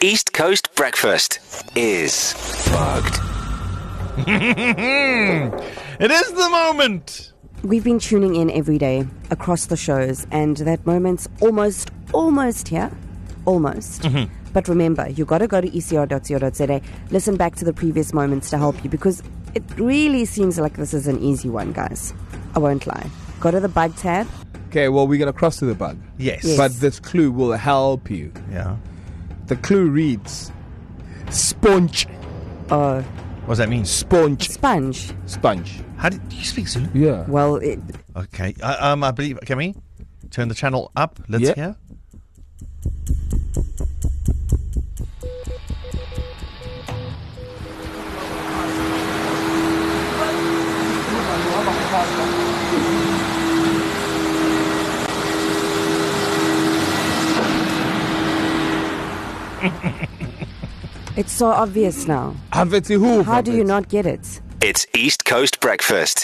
East Coast breakfast is bugged. it is the moment. We've been tuning in every day across the shows, and that moment's almost, almost here. Almost. But remember, you got to go to E ecr.co.za, listen back to the previous moments to help you because it really seems like this is an easy one, guys. I won't lie. Go to the bug tab. Okay, well, we're going to cross to the bug. Yes. Yes. But this clue will help you. Yeah. The clue reads sponge, Oh, What does that mean? sponge, sponge. sponge. How did do you speak Zulu? Yeah. Well, it, Okay. I, um, I believe. Can we turn the channel up? Let's Yeah. hear. it's so obvious now. Have it to who? How do you Robert? not get it? It's East Coast breakfast.